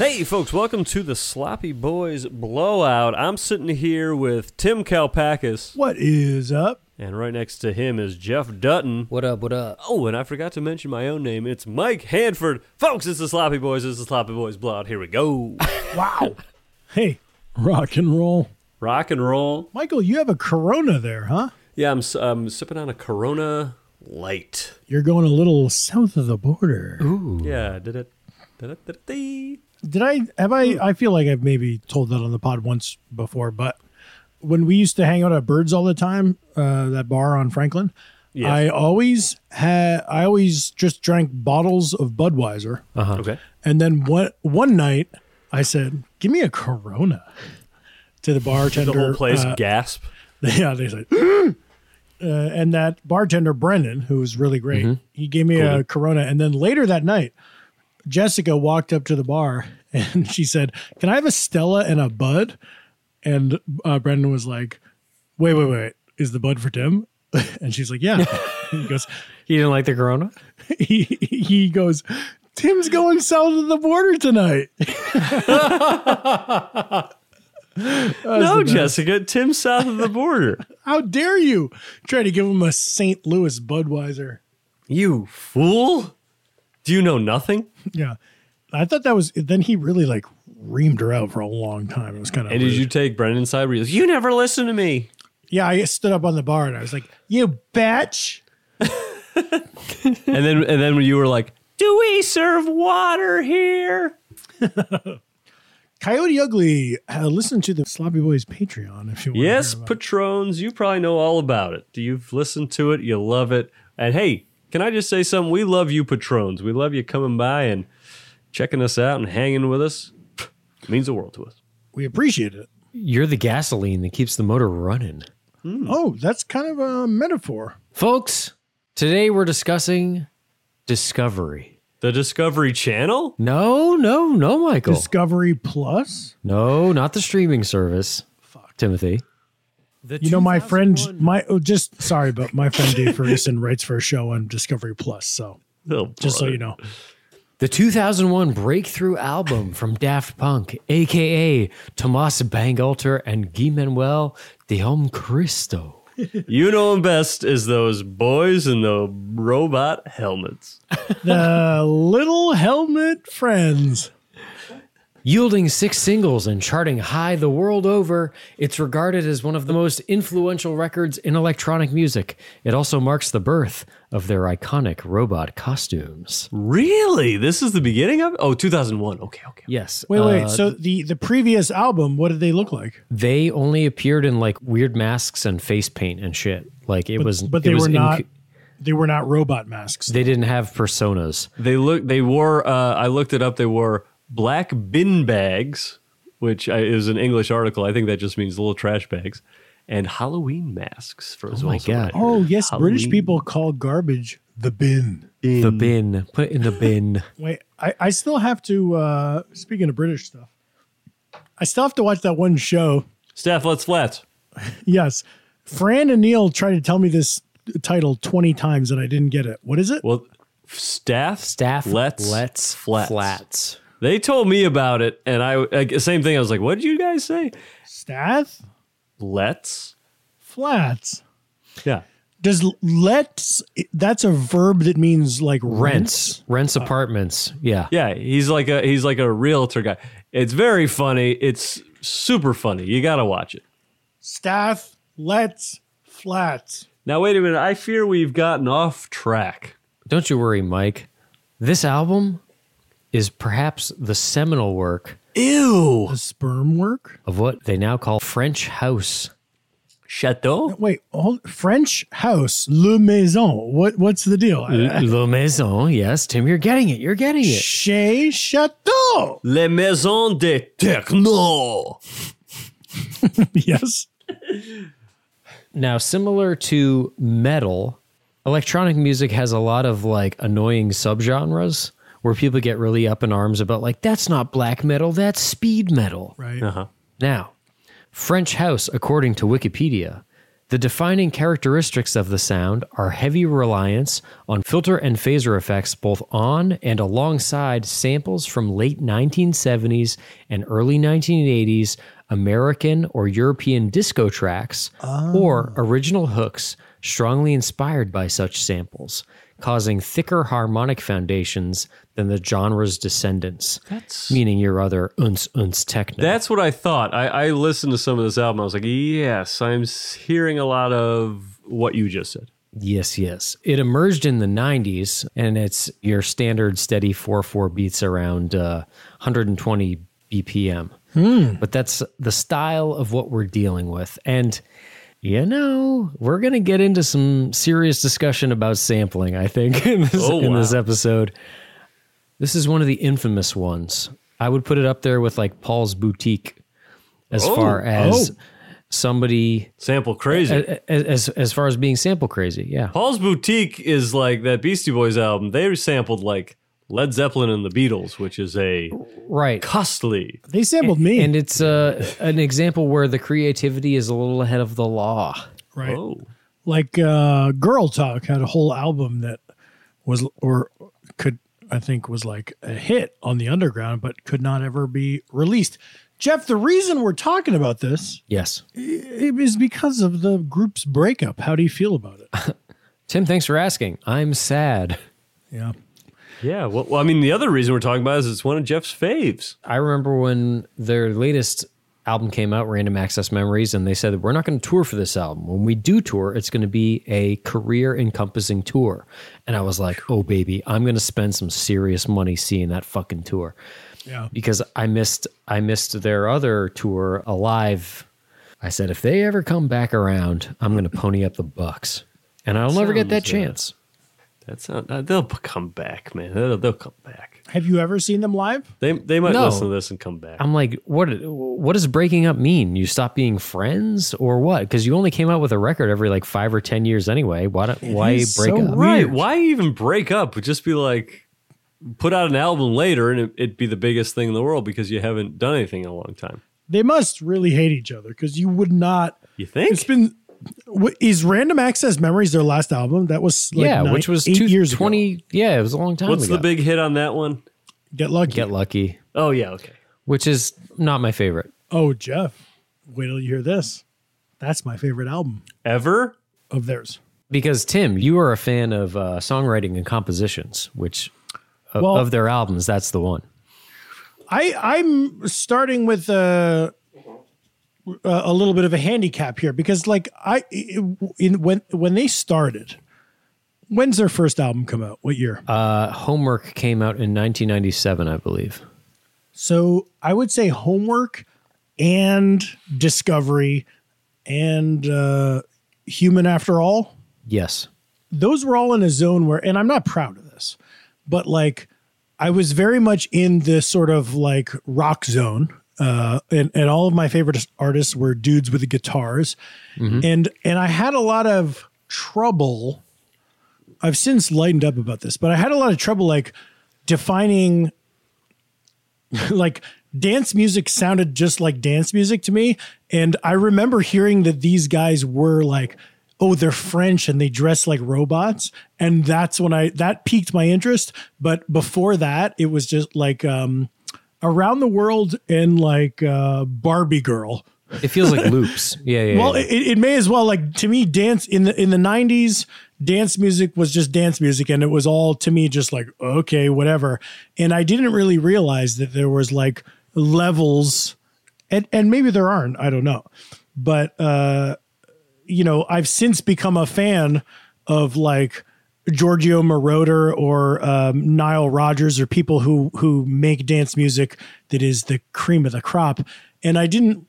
Hey, folks, welcome to the Sloppy Boys Blowout. I'm sitting here with Tim Kalpakis, What is up? and right next to him is Jeff Dutton. What up? What up? Oh, and I forgot to mention my own name. It's Mike Hanford. Folks, it's the Sloppy Boys. It's the Sloppy Boys Blowout. Here we go. Wow. hey, Rock and roll. Rock and roll. Michael, you have a corona there, huh? Yeah, I'm, s- I'm sipping on a Corona Light. You're going a little south of the border. Yeah, did it. did it- did it- dee. Did I have I I feel like I've maybe told that on the pod once before, but when we used to hang out at Birds all the time, uh, that bar on Franklin, Yeah. I always had I always just drank bottles of Budweiser. Uh-huh. Okay. And then one one night I said, "Give me a Corona." To the bartender. The whole place uh, gasp. Yeah, they said, uh, and that bartender Brendan, who was really great, he gave me a Corona, and then later that night, Jessica walked up to the bar and she said, "Can I have a Stella and a Bud?" And uh, Brendan was like, "Wait, wait, wait, is the Bud for Tim?" And she's like, "Yeah." he goes, You didn't like the Corona? he, he goes, "Tim's going south of the border tonight." No, Jessica. Tim south of the border. How dare you try to give him a St. Louis Budweiser? you fool. Do you know nothing? Yeah. I thought that was then he really like reamed her out for a long time. It was kind of And did you take Brendan side? Where he goes, you never listen to me. Yeah, I stood up on the bar and I was like, You bitch. And then and then when you were like, "Do we serve water here?" Coyote Ugly, uh, listen to the Sloppy Boys Patreon if you want. Yes, to hear about patrons, you probably know all about it. You've listened to it, you love it. And hey, can I just say something? We love you patrons. We love you coming by and checking us out and hanging with us. It means the world to us. it. we appreciate it. You're the gasoline that keeps the motor running. Hmm. Oh, that's kind of a metaphor. Folks, today we're discussing discovery. The Discovery Channel? No, no, no, Michael. Discovery Plus. no, not the streaming service. Fuck. Timothy. You know, my friend my oh, just sorry, but my friend Dave Ferguson writes for a show on Discovery Plus, so Oh, just so brother. you know. The 2001 breakthrough album from Daft Punk, aka Tomas Bangalter and Guy Manuel de Home Cristo. You know them best is those boys in the robot helmets. The little helmet friends. Yielding six singles and charting high the world over, it's regarded as one of the most influential records in electronic music. It also marks the birth of their iconic robot costumes. Really? This is the beginning of it? Oh, 2001. Okay, okay. Yes. Wait, wait. uh, so the the previous album, what did they look like? they only appeared in like weird masks and face paint and shit. Like it was, but it they was were inc- not they were not robot masks. they didn't have personas. They look. They wore. Uh, I looked it up. They wore black bin bags, which I, is an English article. I think that just means little trash bags, and Halloween masks. For as my also God. right here. oh yes, British Halloween. people call garbage the bin. The bin, put it in the bin. Wait, I, I still have to uh speaking of British stuff. I still have to watch that one show. Steph, let's flats. Yes. Fran and Neil tried to tell me this title 20 times and I didn't get it. What is it? Well, staff, Staff let's, let's flats. flats. They told me about it, and I like, same thing. I was like, "What did you guys say?" Staff Let's. flats. Yeah. Does let's that's a verb that means like rents. Uh. Rents, rents apartments. Yeah. Yeah, he's like a he's like a realtor guy. It's very funny. It's super funny. You gotta watch it. Staff let's flats. Now wait a minute. I fear we've gotten off track. Don't you worry, Mike. This album is perhaps the seminal work Ew. The sperm work? of what they now call French house. Chateau. Wait, hold, French house, le maison. What what's the deal? Uh, La Maison, yes, Tim, you're getting it. You're getting it. Chez Chateau. Les maisons de techno. yes. Now, similar to metal, electronic music has a lot of like annoying subgenres where people get really up in arms about like that's not black metal, that's speed metal. right? Uh-huh. Now, French house, according to Wikipedia, the defining characteristics of the sound are heavy reliance on filter and phaser effects both on and alongside samples from late 1970s and early 1980s American or European disco tracks or original hooks strongly inspired by such samples, causing thicker harmonic foundations than the genre's descendants, That's- meaning your other uns uns techno. That's what I thought. I, I listened to some of this album. I was like, yes, I'm s- hearing a lot of what you just said. Yes, yes. It emerged in the 90s and it's your standard steady 4 4 beats around uh, 120 BPM. Hmm. But that's the style of what we're dealing with. And, you know, we're going to get into some serious discussion about sampling, I think, in this, Oh, in this wow. episode. This is one of the infamous ones. I would put it up there with like Paul's Boutique as Oh, far as oh. somebody, Sample crazy. a- a- as, as far as being sample crazy. Yeah. Paul's Boutique is like that Beastie Boys album. They sampled like Led Zeppelin and the Beatles, which is a right costly. They sampled me, and it's uh, an example where the creativity is a little ahead of the law right? Oh, Like uh, Girl Talk had a whole album that was or could I think was like a hit on the underground, but could not ever be released. Jeff, the reason we're talking about this yes is because of the group's breakup. How do you feel about it? tim thanks for asking i'm sad Yeah. yeah. Well, well, I mean, the other reason we're talking about it is it's one of Jeff's faves. i remember when their latest album came out random access memories and they said that we're not going to tour for this album when we do tour it's going to be a career encompassing tour and i was like oh baby i'm going to spend some serious money seeing that fucking tour Yeah. because I missed I missed their other tour alive. I said if they ever come back around, I'm going to pony up the bucks, and I'll never get that Sounds, uh, chance. That's not, uh, they'll come back, man. They'll, they'll come back. Have you ever seen them live? They they might No. listen to this and come back. I'm like, what? What does breaking up mean? You stop being friends or what? Because you only came out with a record every like five or ten years anyway. Why? Don't, why break is so up? right. Weird. Why even break up? Would just be like put out an album later, and it, it'd be the biggest thing in the world because you haven't done anything in a long time. They must really hate each other because you would not. You It's think? been. w- Is Random Access Memories their last album? That was like yeah, nine- which was eight two, years ago. 20 Yeah, it was a long time. What's ago. the big hit on that one? Get lucky. Get lucky, Oh yeah, okay. which is not my favorite. Oh, Jeff, wait till you hear this. That's my favorite album Ever? of theirs. Because Tim, you are a fan of uh, songwriting and compositions, which of, Well- of their albums, that's the one. I I'm starting with a a little bit of a handicap here because like I in when when they started. When's their first album come out? What year? Uh, Homework came out in 1997, I believe. so I would say homework and discovery and uh, human after all. Yes, those were all in a zone where, and I'm not proud of this, but like I was very much in this sort of like rock zone. Uh, and, and all of my favorite artists were dudes with guitars. And, and I had a lot of trouble. I've since lightened up about this, but I had a lot of trouble like defining like dance music sounded just like dance music to me and i remember hearing that these guys were like oh they're french and they dress like robots and that's when i that piqued my interest but before that it was just like um around the world and like uh barbie girl it feels like loops. Yeah, yeah. well yeah. it, it may as well like to me dance in the in the 90s dance music was just dance music and it was all to me just like okay whatever and i didn't really realize that there was like levels and and maybe there aren't i don't know but uh you know i've since become a fan of like Giorgio Moroder or um, Nile Rodgers or people who who make dance music that is the cream of the crop and I didn't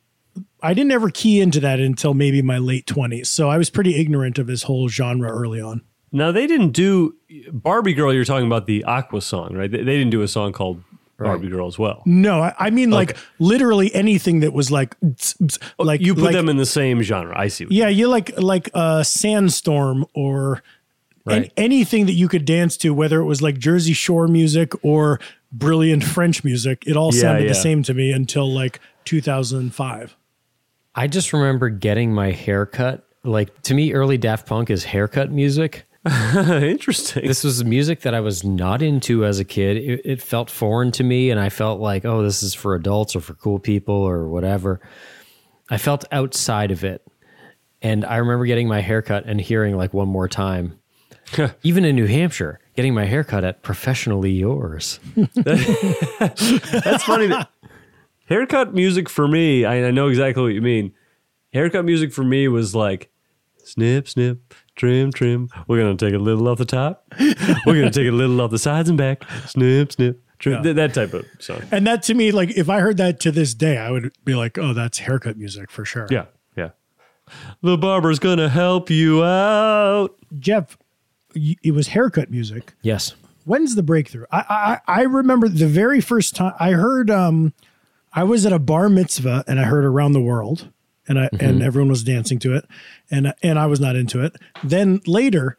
I didn't ever key into that until maybe my late 20s. So I was pretty ignorant of this whole genre early on. Now they didn't do Barbie Girl. You're talking about the Aqua song, right? They, they didn't do a song called Barbie Girl as well. No, I, I mean like literally anything that was like tss, tss, like Oh, You put like- them in the same genre. I see. What Yeah, you like like a sandstorm uh, or And Right. anything that you could dance to, whether it was like Jersey Shore music or brilliant French music, it all Yeah, sounded the yeah. same to me until like 2005. I just remember getting my hair cut. Like to me, early Daft Punk is haircut music. Interesting. This was music that I was not into as a kid. It, it felt foreign to me, and I felt like, oh, this is for adults or for cool people or whatever. I felt outside of it. And I remember getting my haircut and hearing like one more time, even in New Hampshire, getting my haircut at professionally yours. That's funny. that- haircut music for me, I, I know exactly what you mean. Haircut music for me was like snip, snip, trim, trim. We're going to take a little off the top. We're going to take a little off the sides and back. Snip, snip, trim. Th- that type of song. And that to me, like if I heard that to this day, I would be like, oh, that's haircut music for sure. Yeah, yeah. The barber's going to help you out. Jeff, y- it was haircut music. Yes. when's the breakthrough? I I, I remember the very first time I heard. Um, I was at a bar mitzvah and I heard "Around the World," and I and everyone was dancing to it, and and I was not into it. Then later,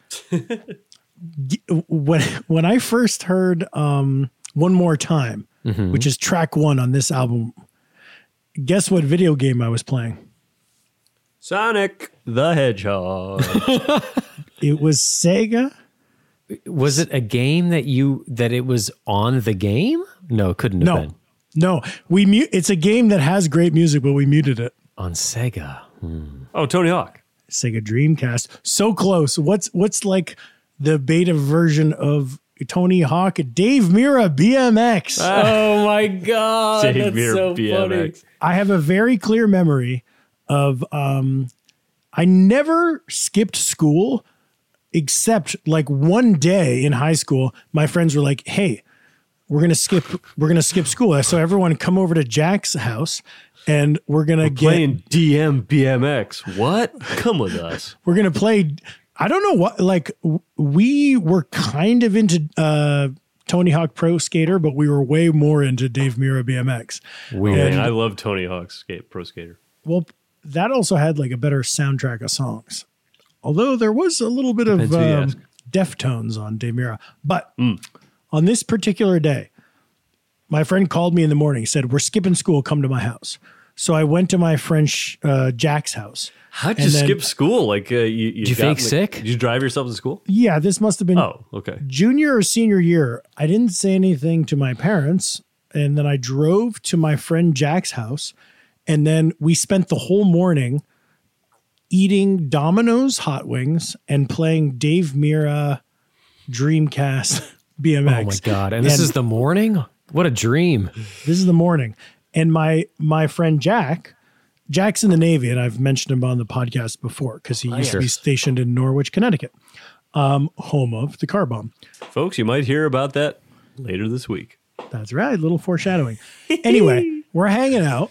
g- when when I first heard um, "One More Time," which is track one on this album, guess what video game I was playing? Sonic the Hedgehog. It was Sega. Was it a game that you that it was on the game? No, it couldn't have No, been. no, we mute. It's a game that has great music, but we muted it. On Sega. oh, Tony Hawk. Sega Dreamcast. So close. What's what's like the beta version of Tony Hawk? Dave Mira BMX. Oh my god. Dave Mirror BMX. I have a very clear memory of um I never skipped school except like one day in high school my friends were like, "Hey, we're going to skip we're going to skip school." So everyone come over to Jack's house and we're going to get Playing DM BMX. What? Come with us. we're gonna play i don't know what like w- we were kind of into uh tony hawk pro skater but we were way more into dave mira bmx Man, Weird. I love Tony Hawk's skate, pro skater. well that also had like a better soundtrack of songs although there was a little bit of Depends who you ask. Mm. um, deftones on dave mira but on this particular day my friend called me in the morning said we're skipping school come to my house so i went to my friend Sh- uh, jack's house How'd And you then- skip school? Like uh, you, you, you got fake in the- sick? Did you drive yourself to school? yeah this must have been Oh, okay. junior or senior year, I didn't say anything to my parents. And then I drove to my friend Jack's house. And then we spent the whole morning eating Domino's hot wings and playing Dave Mira Dreamcast BMX. Oh my god. And this And- is the morning? What a dream. This is the morning. And my my friend Jack, Jack's in the Navy, and I've mentioned him on the podcast before because he used yeah. to be stationed in Norwich, Connecticut, um, home of the car bomb. Folks, you might hear about that later this week. That's right. Little foreshadowing. anyway, we're hanging out,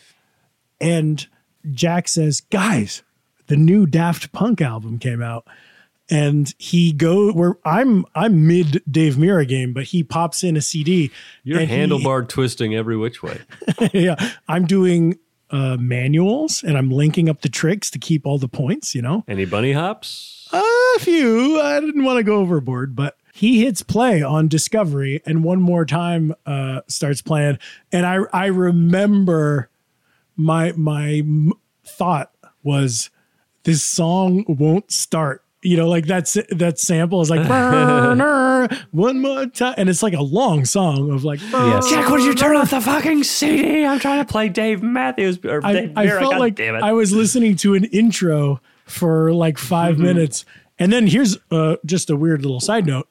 and Jack says, "Guys, the new Daft Punk album came out." And he go where I'm I'm mid Dave Mira game, but he pops in a CD. You're and he- handlebar twisting every which way. yeah, I'm doing uh, manuals and I'm linking up the tricks to keep all the points. You know, Any bunny hops? a few. I didn't want to go overboard, but he hits play on Discovery and one more time uh, starts playing. And I I remember my my m- thought was this song won't start. You know, like that's that sample is like "Burner, one more time, and it's like a long song of like Yes. would you turn off the fucking CD? I'm trying to play Dave Matthews. Or I, I felt like I was listening to an intro for like 5 minutes. And then here's uh, just a weird little side note.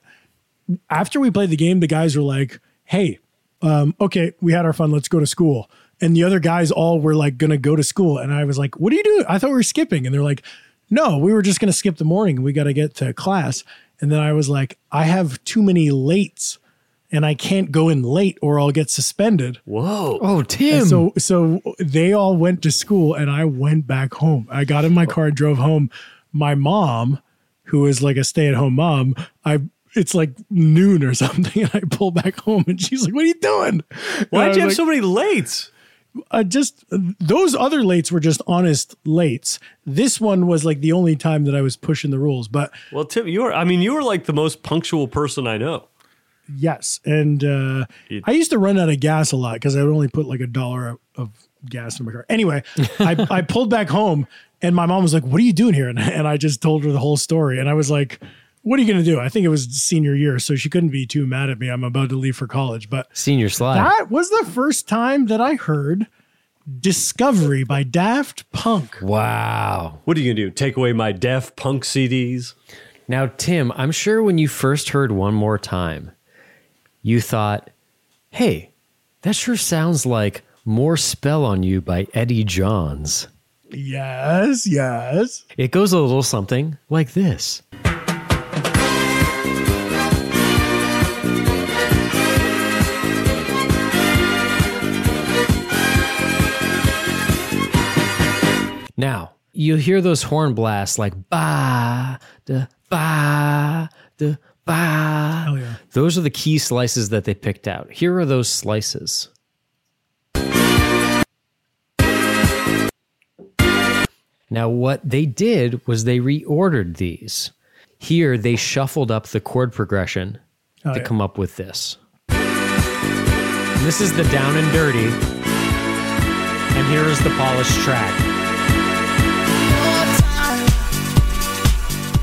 After we played the game, the guys were like, hey, um, okay, we had our fun. Let's go to school. And the other guys all were like, going to go to school. And I was like, what are you doing? I thought we were skipping. And they're like, no, we were just going to skip the morning. We got to get to class. And then I was like, I have too many lates and I can't go in late or I'll get suspended. Whoa. Oh, Tim. So so they all went to school and I went back home. I got Oh. in my car and drove home. My mom, who is like a stay-at-home mom, I it's like noon or something, and I pull back home and she's like, What are you doing? And I Why'd was you have like, so many lates? uh, just those other lates were just honest lates. This one was like the only time that I was pushing the rules. But Well, Tim, you were, I mean, you were like the most punctual person I know. yes, and uh, I used to run out of gas a lot because I would only put like a dollar of, of gas in my car. Anyway, I, I pulled back home, and my mom was like, "What are you doing here?" And, and I just told her the whole story, and I was like. What are you going to do? I think it was senior year, so she couldn't be too mad at me. I'm about to leave for college, but Senior slide. That was the first time that I heard Discovery by Daft Punk. wow. What are you going to do? Take away my Def Punk CDs? Now, Tim, I'm sure when you first heard one more time, you thought, hey, that sure sounds like More Spell on You by Eddie Johns. Yes, yes. It goes a little something like this. Now, you hear those horn blasts like ba da ba da ba. Oh, yeah. Those are the key slices that they picked out. Here are those slices. Now, what they did was they reordered these. Here, they shuffled up the chord progression Oh, to yeah. come up with this. And this is the down and dirty. And here is the polished track.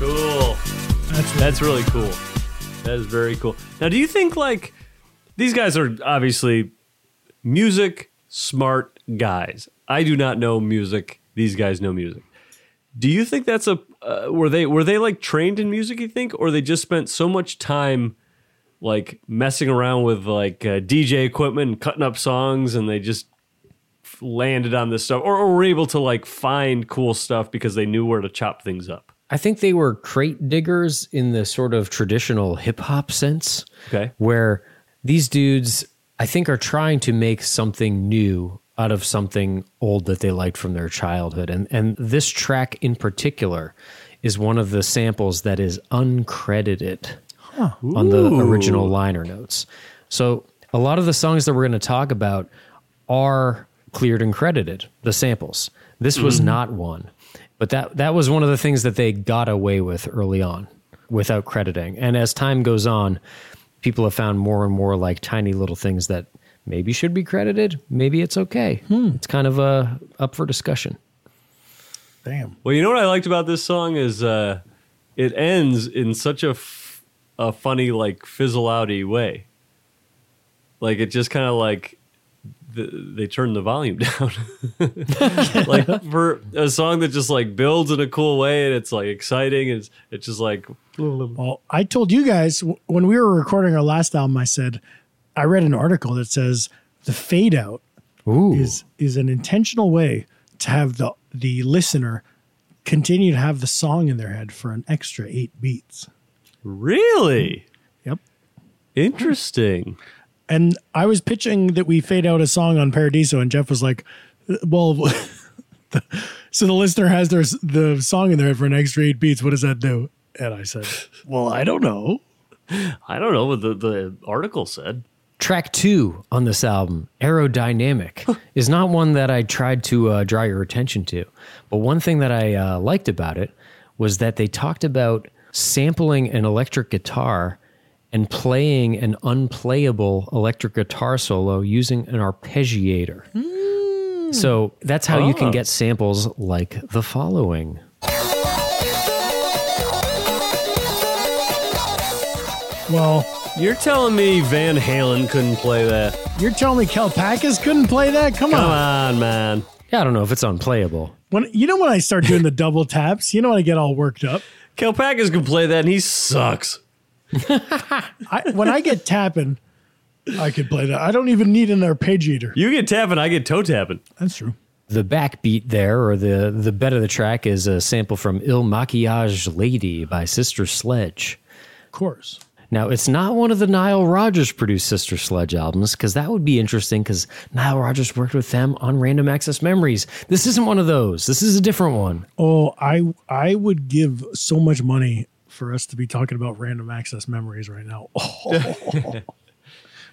Cool. That's right. That's really cool. That is very cool. Now, do you think like these guys are obviously music smart guys? I do not know music. These guys know music. Do you think that's a uh, were they were they like trained in music? You think, or they just spent so much time like messing around with like uh, DJ equipment, and cutting up songs, and they just f- landed on this stuff, or, or were able to like find cool stuff because they knew where to chop things up. I think they were crate diggers in the sort of traditional hip hop sense. Okay. Where these dudes, I think, are trying to make something new out of something old that they liked from their childhood. And, and this track in particular is one of the samples that is uncredited on the original liner notes. So a lot of the songs that we're going to talk about are cleared and credited, the samples. This was not one. But that that was one of the things that they got away with early on without crediting. And as time goes on, people have found more and more like tiny little things that maybe should be credited, maybe it's okay. It's kind of uh, up for discussion. Damn. Well, you know what I liked about this song is uh, it ends in such a, f- a funny, like fizzle outy way. Like it just kind of like th- they turn the volume down, like for a song that just like builds in a cool way and it's like exciting and it's, it's just like Well, I told you guys w- when we were recording our last album, I said, I read an article that says the fade out Ooh. is is an intentional way to have the the listener continue to have the song in their head for an extra eight beats. really Yep. interesting. And I was pitching that we fade out a song on Paradiso, and Jeff was like, "Uh, "Well, the- so the listener has their s- the song in there for an extra eight beats. What does that do?" And I said, "Well, I don't know." I don't know what the, the article said. Track two on this album, Aerodynamic, is not one that I tried to uh, draw your attention to. But one thing that I uh, liked about it was that they talked about sampling an electric guitar and playing an unplayable electric guitar solo using an arpeggiator. So that's how you Oh. can get samples like the following. Well, You're telling me Van Halen couldn't play that? you're telling me Kalpakis couldn't play that? Come Come on. on, man. Yeah, I don't know if it's unplayable. When you know when I start doing the double taps, you know when I get all worked up. Kalpakis can play that, and he sucks. I, when I get tapping, I could play that. I don't even need an arpeggiator. You get tapping, I get toe tapping. That's true. the backbeat there, or the the bed of the track, is a sample from "Il Maquillage Lady" by Sister Sledge. Of course. Now, it's not one of the Nile Rodgers produced Sister Sledge albums because that would be interesting because Nile Rodgers worked with them on Random Access Memories. This isn't one of those. This is a different one. Oh, I I would give so much money for us to be talking about random access memories right now. Oh.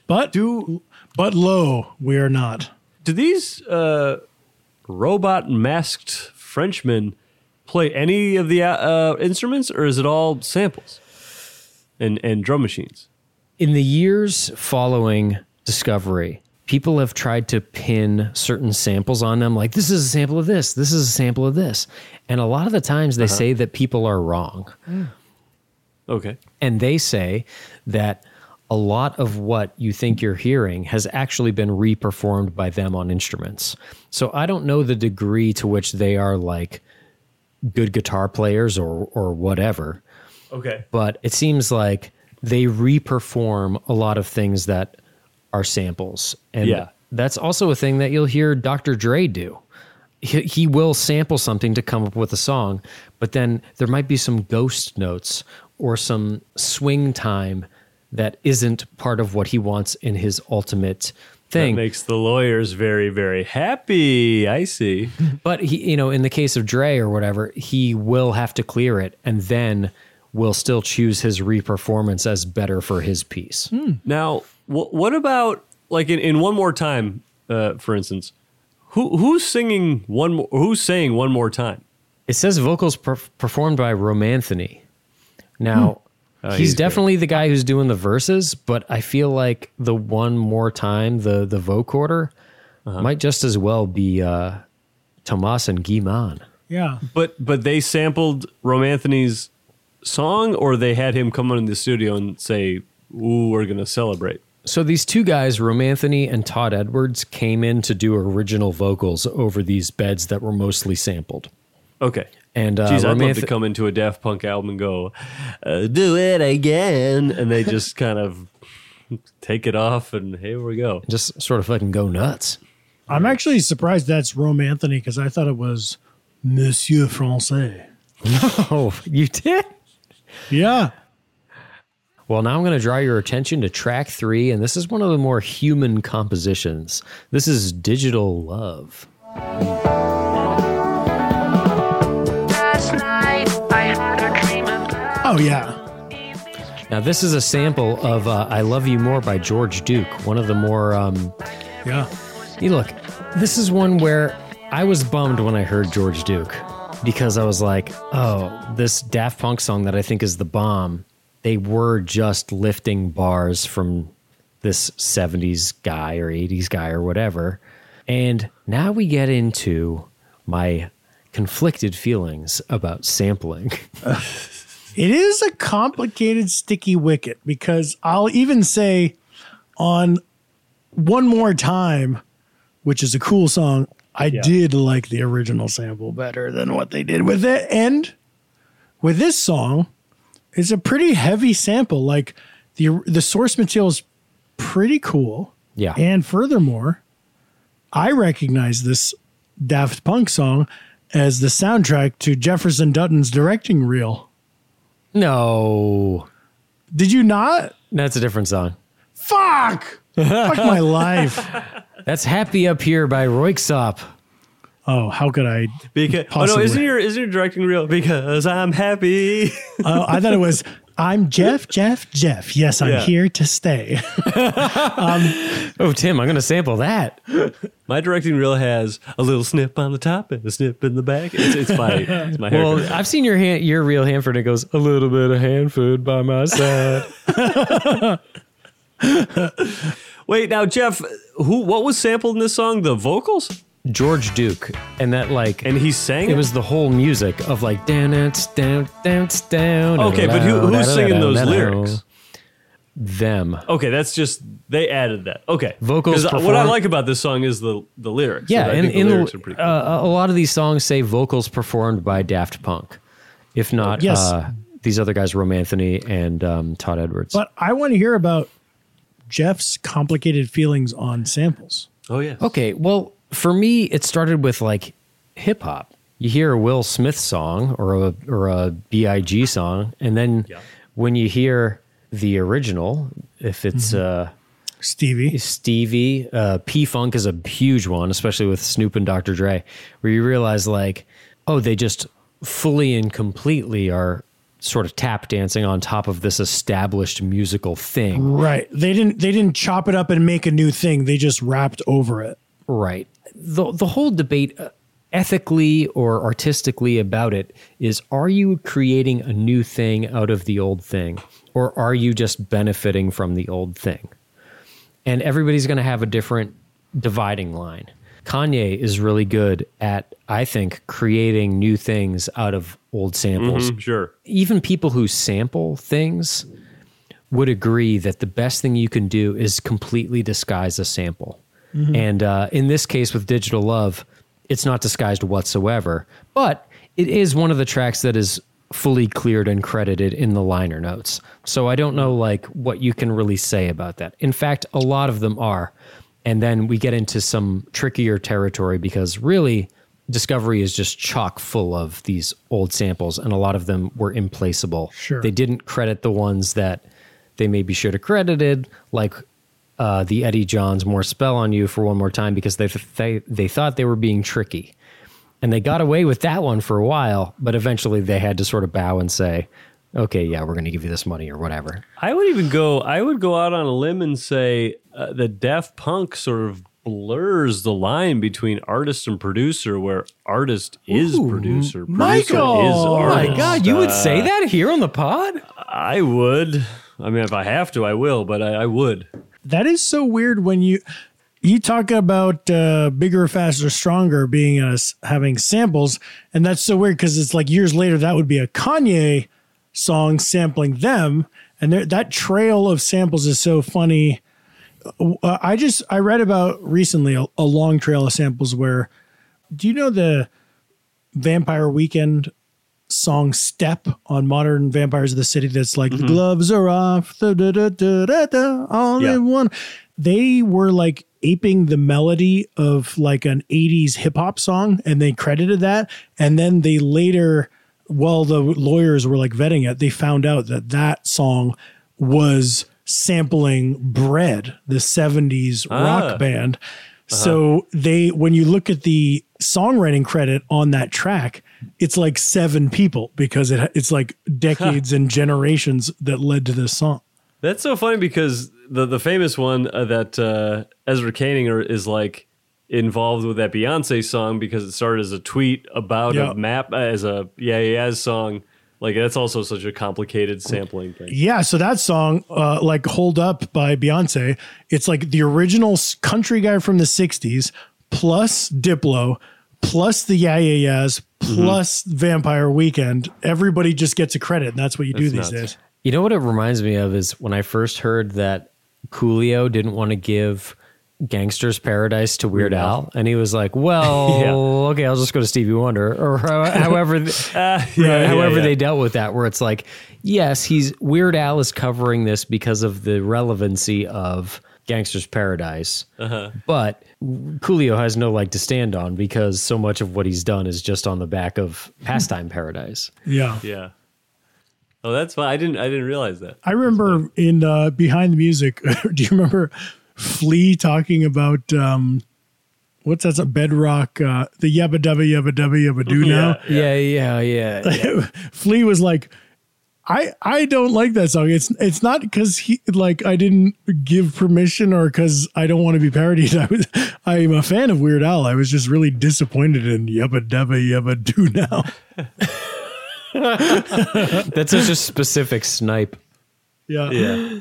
but do but low, we are not. do these uh, robot masked Frenchmen play any of the uh, instruments, or is it all samples and and drum machines? In the years following Discovery, people have tried to pin certain samples on them, like this is a sample of this, this is a sample of this. And a lot of the times they say that people are wrong. Okay, And they say that a lot of what you think you're hearing has actually been reperformed by them on instruments. So I don't know the degree to which they are like good guitar players or or whatever, okay, but it seems like they reperform a lot of things that are samples. And Yeah. that's also a thing that you'll hear Dr. Dre do. He, he will sample something to come up with a song, but then there might be some ghost notes or some swing time that isn't part of what he wants in his ultimate that thing. makes the lawyers very very happy. I see. But he, you know, in the case of Dre or whatever, he will have to clear it, and then will still choose his reperformance as better for his piece. Now, wh- what about like in, in one more time, uh, for instance? Who who's singing one? More, who's saying one more time? It says vocals per- performed by Romanthony. Hmm. Now, he's, he's great. definitely the guy who's doing the verses, but I feel like the one more time, the the vocorder, Uh-huh. might just as well be uh, Tomas and Guiman. Yeah. But but they sampled Romanthony's song, or they had him come into the studio and say, "Ooh, we're gonna celebrate." So these two guys, Romanthony and Todd Edwards, came in to do original vocals over these beds that were mostly sampled. Okay. And uh, Geez, I'd love Romanth- to come into a Daft Punk album and go, uh, "Do it again," and they just kind of take it off, and here we go. just sort of fucking go nuts. I'm actually surprised that's Rome Anthony because I thought it was Monsieur Francais. Oh, you did? Yeah. Well, now I'm going to draw your attention to track three, and this is one of the more human compositions. This is Digital Love. Last night I had a dream about Oh, yeah. Now, this is a sample of uh, I Love You More by George Duke, one of the more. Um, Yeah. you look, this is one where I was bummed when I heard George Duke because I was like, oh, this Daft Punk song that I think is the bomb, they were just lifting bars from this 70s guy or 80s guy or whatever. And now we get into my conflicted feelings about sampling. It is a complicated, sticky wicket because I'll even say on One More Time, which is a cool song, I did like the original sample better than what they did with it. And with this song, it's a pretty heavy sample. Like the the source material is pretty cool. Yeah. And furthermore, I recognize this Daft Punk song as the soundtrack to Jefferson Dutton's directing reel. no, Did you not? that's a different song. Fuck! Fuck my life. That's Happy Up Here by Royksop. Oh, how could I? Because oh no, Possibly. isn't your isn't your directing real? Because I'm happy. Oh, I thought it was. I'm Jeff, Jeff, Jeff. Yes, I'm Yeah. here to stay. Oh, Tim, I'm going to sample that. My directing reel has a little snip on the top and a snip in the back. It's, it's my it's my haircut. Well, I've seen your hand, your real Hanford. It goes a little bit of Hanford by my side. Wait, now Jeff, who what was sampled in this song? The vocals, George Duke, and that like and he sang it was the whole music of like dance, down, dance, down. Okay, but who- who's singing those lyrics? Oh. Them. Okay, that's just they added that. Okay, Vocals 'Cause What I perform- like about this song is the the lyrics. Yeah, I and think the in lyrics are pretty cool. uh, a lot of these songs say vocals performed by Daft Punk, if not Yes. uh, these other guys, Romanthony and um, Todd Edwards. But I want to hear about Jeff's complicated feelings on samples. oh yeah. Okay, well, for me, it started with like hip hop. You hear a Will Smith song or a or a Big song, and then Yeah. when you hear the original, if it's uh, Stevie. Stevie, uh, P Funk is a huge one, especially with Snoop and Dr. Dre, where you realize like, oh, they just fully and completely are sort of tap dancing on top of this established musical thing. Right. They didn't. They didn't chop it up and make a new thing. They just rapped over it. right. The, the whole debate uh, ethically or artistically about it is are you creating a new thing out of the old thing or are you just benefiting from the old thing? And everybody's going to have a different dividing line. Kanye is really good at, I think, creating new things out of old samples Mm, sure. even people who sample things would agree that the best thing you can do is completely disguise a sample. And uh, in this case with Digital Love, it's not disguised whatsoever, but it is one of the tracks that is fully cleared and credited in the liner notes. So I don't know like what you can really say about that. In fact, a lot of them are. And then we get into some trickier territory because really Discovery is just chock full of these old samples, and a lot of them were implaceable. Sure. They didn't credit the ones that they maybe should have credited, like uh, the Eddie Johns "More Spell on You" for one more time, because they they they thought they were being tricky, and they got away with that one for a while. But eventually, they had to sort of bow and say, "Okay, yeah, we're going to give you this money or whatever." I would even go. I would go out on a limb and say uh, the Daft Punk sort of blurs the line between artist and producer, where artist is producer, producer is Michael! artist. Oh my you would say that here on the pod? I would. I mean, if I have to, I will. But I, I would. That is so weird when you you talk about uh, bigger, faster, stronger being us having samples, and that's so weird because it's like years later that would be a Kanye song sampling them, and there, that trail of samples is so funny. Uh, I just I read about recently a, a long trail of samples where, do you know the Vampire Weekend song "Step" on Modern Vampires of the City? That's like the gloves are off, da, da, da, da, da, da, all Yeah. in one. They were like aping the melody of like an '80s hip hop song, and they credited that. And then they later, while the lawyers were like vetting it, they found out that that song was sampling Bread, the '70s Ah. Uh-huh. rock band. So they, when you look at the songwriting credit on that track, it's like seven people because it it's like decades and generations that led to this song. That's so funny because the the famous one uh, that uh, Ezra Koenig is like involved with that Beyonce song because it started as a tweet about Yeah. a map uh, as a yeah yeah as song. Like that's also such a complicated sampling thing. Yeah, so that song, uh, like "Hold Up" by Beyonce, it's like the original s- country guy from the '60s plus Diplo plus the Yeah Yeah Yeahs Mm-hmm. plus Vampire Weekend. Everybody just gets a credit, and that's what you do nuts. these days. You know what it reminds me of is when I first heard that Coolio didn't want to give Gangster's Paradise to Weird Al, and he was like, "Well, Yeah. okay, I'll just go to Stevie Wonder," or how- however, th- however Uh, yeah. they dealt with that. Where it's like, yes, he's Weird Al is covering this because of the relevancy of Gangster's Paradise, Uh-huh. but Coolio has no leg to stand on because so much of what he's done is just on the back of Pastime Paradise. Yeah. Yeah. Oh, that's fun. I didn't I didn't realize that. I remember in uh, Behind the Music. do you remember Flea talking about um, what's that? song? Bedrock, uh, the yabba dabba yabba dabba yabba do now. Yeah, yeah, yeah. Flea was like, I I don't like that song. It's it's not because he like I didn't give permission or because I don't want to be parodied. I was I'm a fan of Weird Al. I was just really disappointed in yabba dabba yabba do now. That's such a specific snipe. Yeah. Yeah.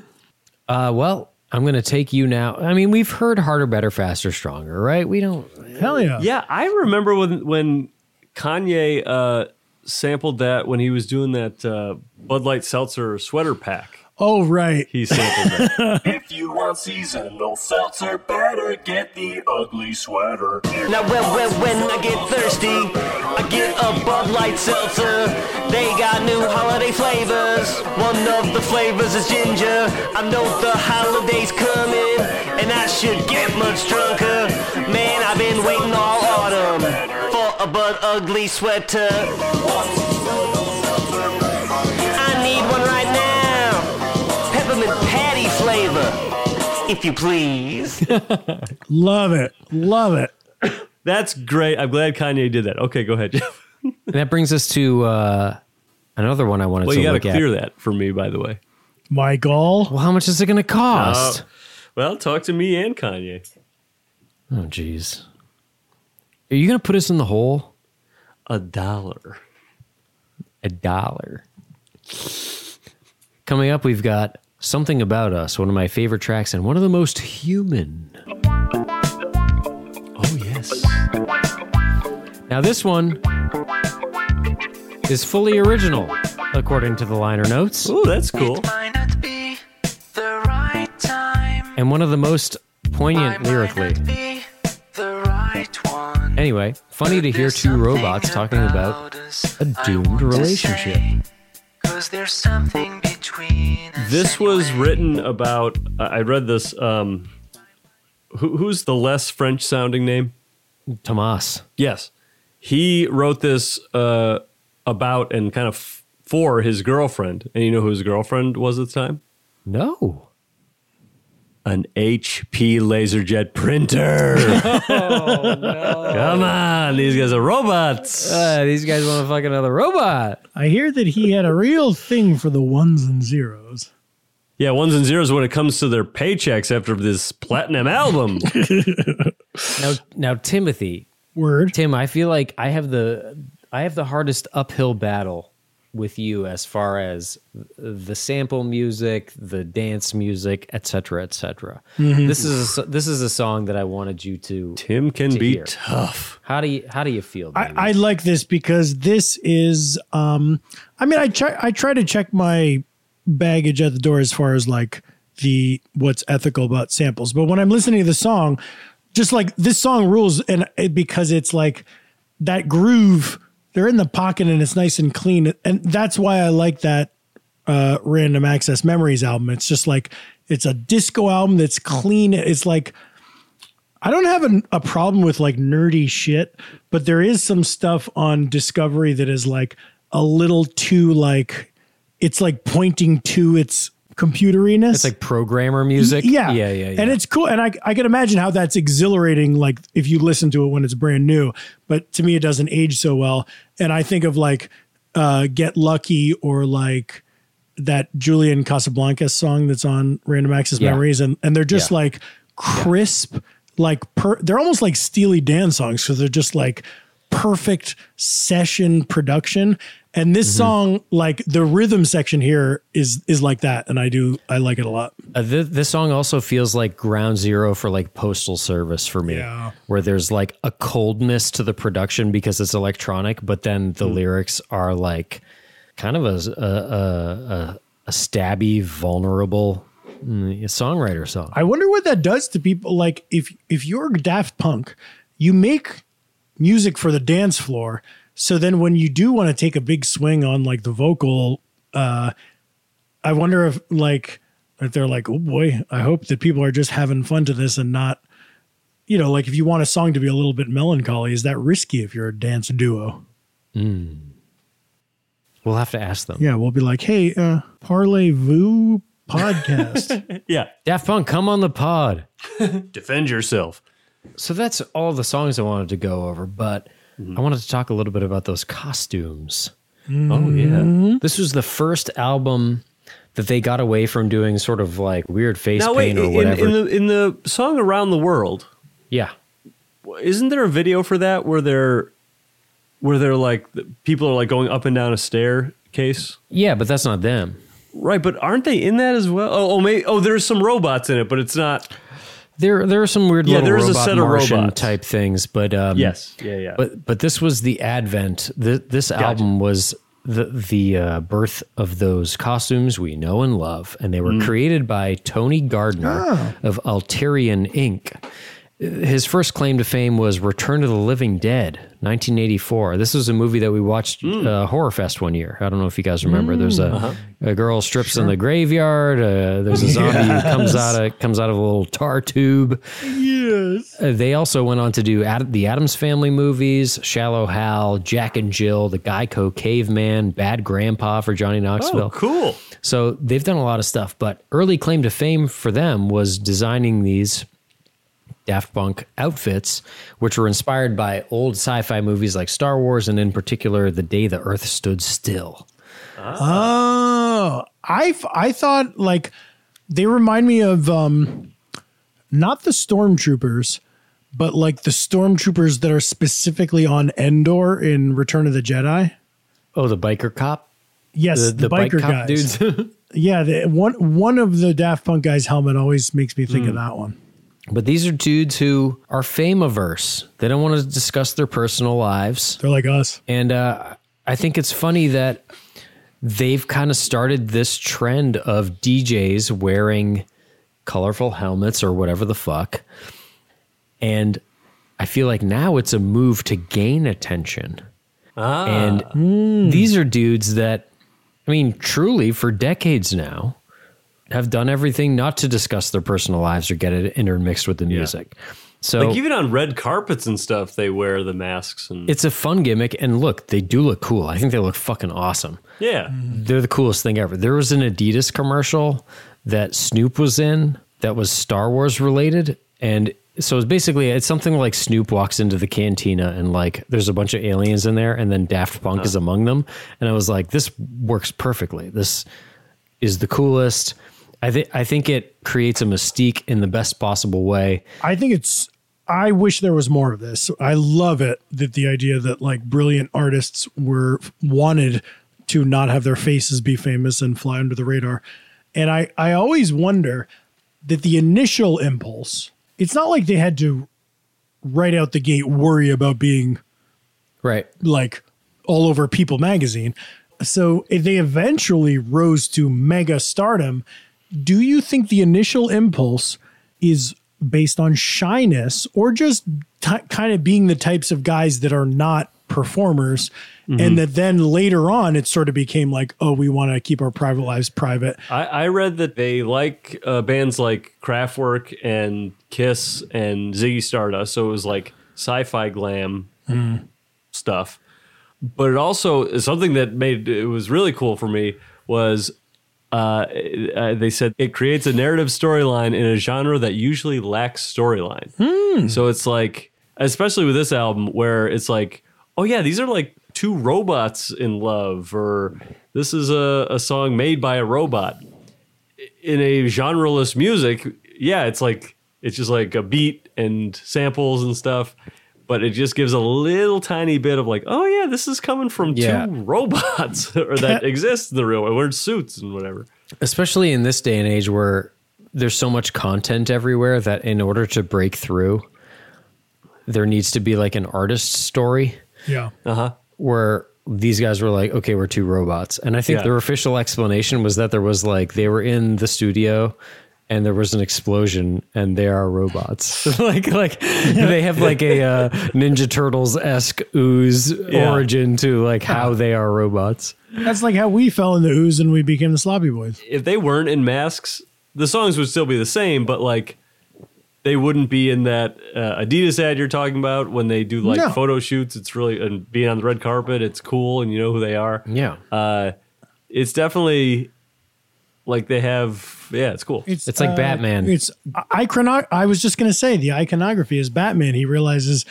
Uh, well, I'm going to take you now. I mean, we've heard harder, better, faster, stronger, right? We don't. Hell yeah. Yeah, I remember when when Kanye uh, sampled that when he was doing that uh, Bud Light Seltzer sweater pack. Oh right. He sampled that. If you want seasonal seltzer, better get the ugly sweater. Now when, when, when I get thirsty, I get a Bud Light Seltzer. They got new holiday flavors. One of the flavors is ginger. I know the holidays coming, and I should get much drunker. Man, I've been waiting all autumn for a Bud Ugly sweater. I need one right now. Peppermint patty flavor, if you please. Love it. Love it. That's great. I'm glad Kanye did that. Okay, go ahead. Jeff. And that brings us to uh, another one I wanted well, to you got to look clear at. that for me, by the way. Michael. Uh, Well, how much is it going to cost? Well, talk to me and Kanye. Oh, jeez. Are you going to put us in the hole? A dollar. A dollar. Coming up, we've got Something About Us, one of my favorite tracks and one of the most human. Oh, yes. Now, this one is fully original, according to the liner notes, Oh, that's cool. Might not be the right time. and one of the most I poignant might lyrically. not be the right one. Anyway, funny to hear There's two something robots talking about. us a I doomed want to relationship. say, 'cause there's something between us This was anyway. written about. I I read this. Um, who, who's the less French sounding name? Tomas. Yes. He wrote this uh, about and kind of f- for his girlfriend. And you know who his girlfriend was at the time? No. An HP LaserJet printer. Come on. These guys are robots. Oh, Uh, these guys want to fuck another robot. I hear that he had a real thing for the ones and zeros. yeah, ones and zeros when it comes to their paychecks after this platinum album. Now, now, Timothy, Word. Tim, I feel like I have the I have the hardest uphill battle with you as far as the sample music, the dance music, etc., etc. Mm-hmm. This is a, this is a song that I wanted you to. Tim can To be hear. tough. How do you how do you feel? baby? I, I like this because this is um I mean I try I try to check my baggage at the door as far as like the what's ethical about samples. But when I'm listening to the song, just like this song rules and it, because it's like that groove, they're in the pocket and it's nice and clean. And that's why I like that uh, Random Access Memories album. It's just like it's a disco album that's clean. It's like I don't have an, a problem with like nerdy shit, but there is some stuff on Discovery that is like a little too like it's like pointing to its computeriness. it's like programmer music. Yeah. yeah, yeah. yeah. And it's cool. And I, I can imagine how that's exhilarating, like if you listen to it when it's brand new. But to me, it doesn't age so well. And I think of like uh, Get Lucky or like that Julian Casablancas song that's on Random Access Yeah. Memories. And, and they're just Yeah. like crisp, like per, they're almost like Steely Dan songs because they're just like perfect session production. And Mm-hmm. this song, like the rhythm section here is is like that. And I do I like it a lot. Uh, th- this song also feels like ground zero for like postal service for me, Yeah. where there's like a coldness to the production because it's electronic, but then the Hmm. lyrics are like kind of a s- a, a- a- a stabby, vulnerable mm, songwriter song. I wonder what that does to people. Like if if you're Daft Punk, you make music for the dance floor. So then when you do want to take a big swing on like the vocal, uh, I wonder if like if they're like, oh boy, I hope that people are just having fun to this and not, you know, like if you want a song to be a little bit melancholy, is that risky if you're a dance duo? We'll have to ask them. Yeah, we'll be like, hey, uh, Parlay Vu podcast. Yeah. Daft Punk, come on the pod. Defend yourself. So that's all the songs I wanted to go over, but I wanted to talk a little bit about those costumes. Mm-hmm. Mm-hmm. Oh, yeah. This was the first album that they got away from doing sort of like weird face Now, wait, paint or in, whatever. in, the, in the song Around the World, yeah. isn't there a video for that where they're where they're like people are like going up and down a staircase Yeah, but that's not them. right but aren't they in that as well oh oh, may, oh there's some robots in it but it's not There there are some weird Yeah, little there is a robot set of Martian robots. type things, but um yes yeah yeah but but this was the advent. Th- this album was the the uh, birth of those costumes we know and love, and they Mm. were created by Tony Gardner of Alterian Inc. His first claim to fame was Return to the Living Dead, 1984. This was a movie that we watched Mm. uh, Horror Fest one year. I don't know if you guys remember. There's a, Uh-huh. a girl strips in the graveyard. Uh, there's a zombie who comes out of comes out of a little tar tube. Uh, they also went on to do Ad- the Adams Family movies, Shallow Hal, Jack and Jill, The Geico Caveman, Bad Grandpa for Johnny Knoxville. oh cool So they've done a lot of stuff, but early claim to fame for them was designing these Daft Punk outfits, which were inspired by old sci fi movies like Star Wars and, in particular, The Day the Earth Stood Still. Oh, I f- I thought like they remind me of um not the stormtroopers, but like the stormtroopers that are specifically on Endor in Return of the Jedi. Oh, the biker cop, Yes, the, the, the biker bike cop guys. dudes. Yeah, the, one one of the Daft Punk guys' helmet always makes me Hmm. think of that one. but these are dudes who are fame averse. They don't want to discuss their personal lives. They're like us. And uh, I think it's funny that they've kind of started this trend of DJs wearing colorful helmets or whatever the fuck. And I feel like now it's a move to gain attention. Ah. And these are dudes that, I mean, truly for decades now have done everything not to discuss their personal lives or get it intermixed with the music. So Like even on red carpets and stuff, they wear the masks and it's a fun gimmick. And look, they do look cool. I think they look fucking awesome. yeah, They're the coolest thing ever. There was an Adidas commercial that Snoop was in that was Star Wars related. And so it's basically it's something like Snoop walks into the cantina and like there's a bunch of aliens in there and then Daft Punk is among them. And I was like, this works perfectly. This is the coolest. I think I think it creates a mystique in the best possible way. I think it's. I wish there was more of this. I love it that the idea that like brilliant artists were wanted to not have their faces be famous and fly under the radar. And I I always wonder that the initial impulse. It's not like they had to right out the gate worry about being Right. like all over People magazine. So they eventually rose to mega stardom. Do you think the initial impulse is based on shyness or just ti kind of being the types of guys that are not performers? And that then later on, it sort of became like, oh, we want to keep our private lives private. I, I read that they like uh, bands like Kraftwerk and Kiss and Ziggy Stardust, so it was like sci-fi glam stuff. But it also something that made it was really cool for me was uh, uh, they said it creates a narrative storyline in a genre that usually lacks storyline. So it's like, especially with this album, where it's like, oh yeah, these are like two robots in love, or this is a, a song made by a robot. In a genreless music, yeah, it's like it's just like a beat and samples and stuff, but it just gives a little tiny bit of like, oh yeah, this is coming from Yeah. two robots or that exist in the real world, wearing suits and whatever. especially in this day and age where there's so much content everywhere that in order to break through there needs to be like an artist story Yeah. where these guys were like okay we're two robots and i think Yeah. their official explanation was that there was like they were in the studio and there was an explosion and they are robots like like they have like a uh, ninja turtles-esque ooze Yeah. origin to like how they are robots That's like how we fell in the ooze and we became the sloppy boys. if they weren't in masks, the songs would still be the same, but like they wouldn't be in that uh, Adidas ad you're talking about when they do like No. photo shoots. It's really and being on the red carpet, it's cool, and you know who they are. yeah Uh, it's definitely like they have. Yeah, it's cool. It's like Batman. uh, It's icono. I was just gonna say the iconography is Batman. He realizes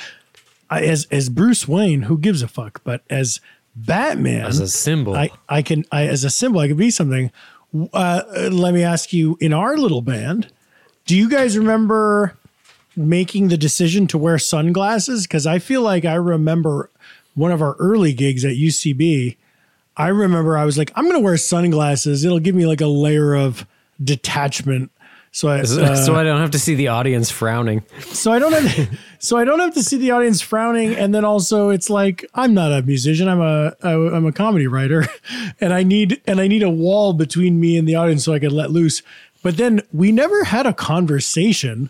I- as as Bruce Wayne, who gives a fuck, but as Batman, as a symbol I I can I, as a symbol, I can be something. Uh, let me ask you: in our little band, do you guys remember making the decision to wear sunglasses? Because I feel like I remember one of our early gigs at UCB. I remember I was like, I'm going to wear sunglasses. It'll give me like a layer of detachment. So I, uh, so I don't have to see the audience frowning. so I don't have, so I don't have to see the audience frowning, and then also it's like I'm not a musician. I'm a I'm a comedy writer, and I need and I need a wall between me and the audience so I could let loose. But then we never had a conversation,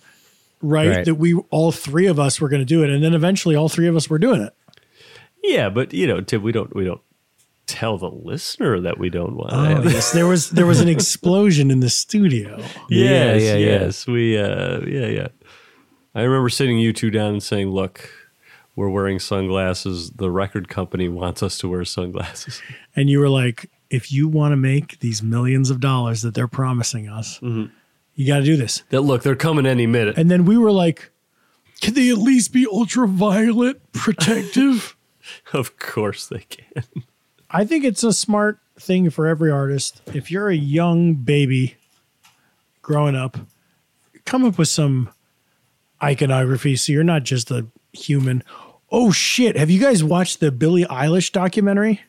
right? Right. That we all three of us were going to do it, and then eventually all three of us were doing it. yeah, but you know, Tim, we don't we don't tell the listener that we don't want. Oh, it. yes, there was there was an explosion in the studio. yes, Yeah, yeah, yeah. yes. We, uh, yeah, yeah. I remember sitting you two down and saying, "Look, we're wearing sunglasses. The record company wants us to wear sunglasses." and you were like, if you want to make these millions of dollars that they're promising us, you got to do this. That look, they're coming any minute. And then we were like, can they at least be ultraviolet protective? of course they can. I think it's a smart thing for every artist. If you're a young baby growing up, come up with some iconography. So you're not just a human. Oh shit! Have you guys watched the Billie Eilish documentary,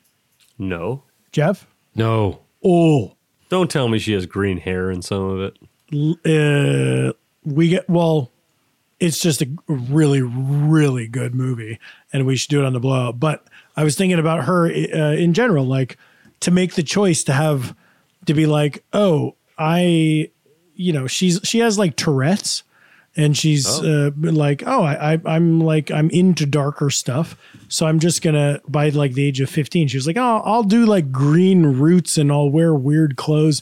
No. Jeff? No. Oh, Don't tell me she has green hair in some of it. uh, we get well. It's just a really, really good movie, and we should do it on the blowout. But I was thinking about her uh, in general, like to make the choice to have to be like, oh, I, you know, she's she has like Tourette's, and she's uh, been like, oh, I, I, I'm like I'm into darker stuff, so I'm just gonna by like the age of fifteen, she was like, oh, I'll do like green roots and I'll wear weird clothes,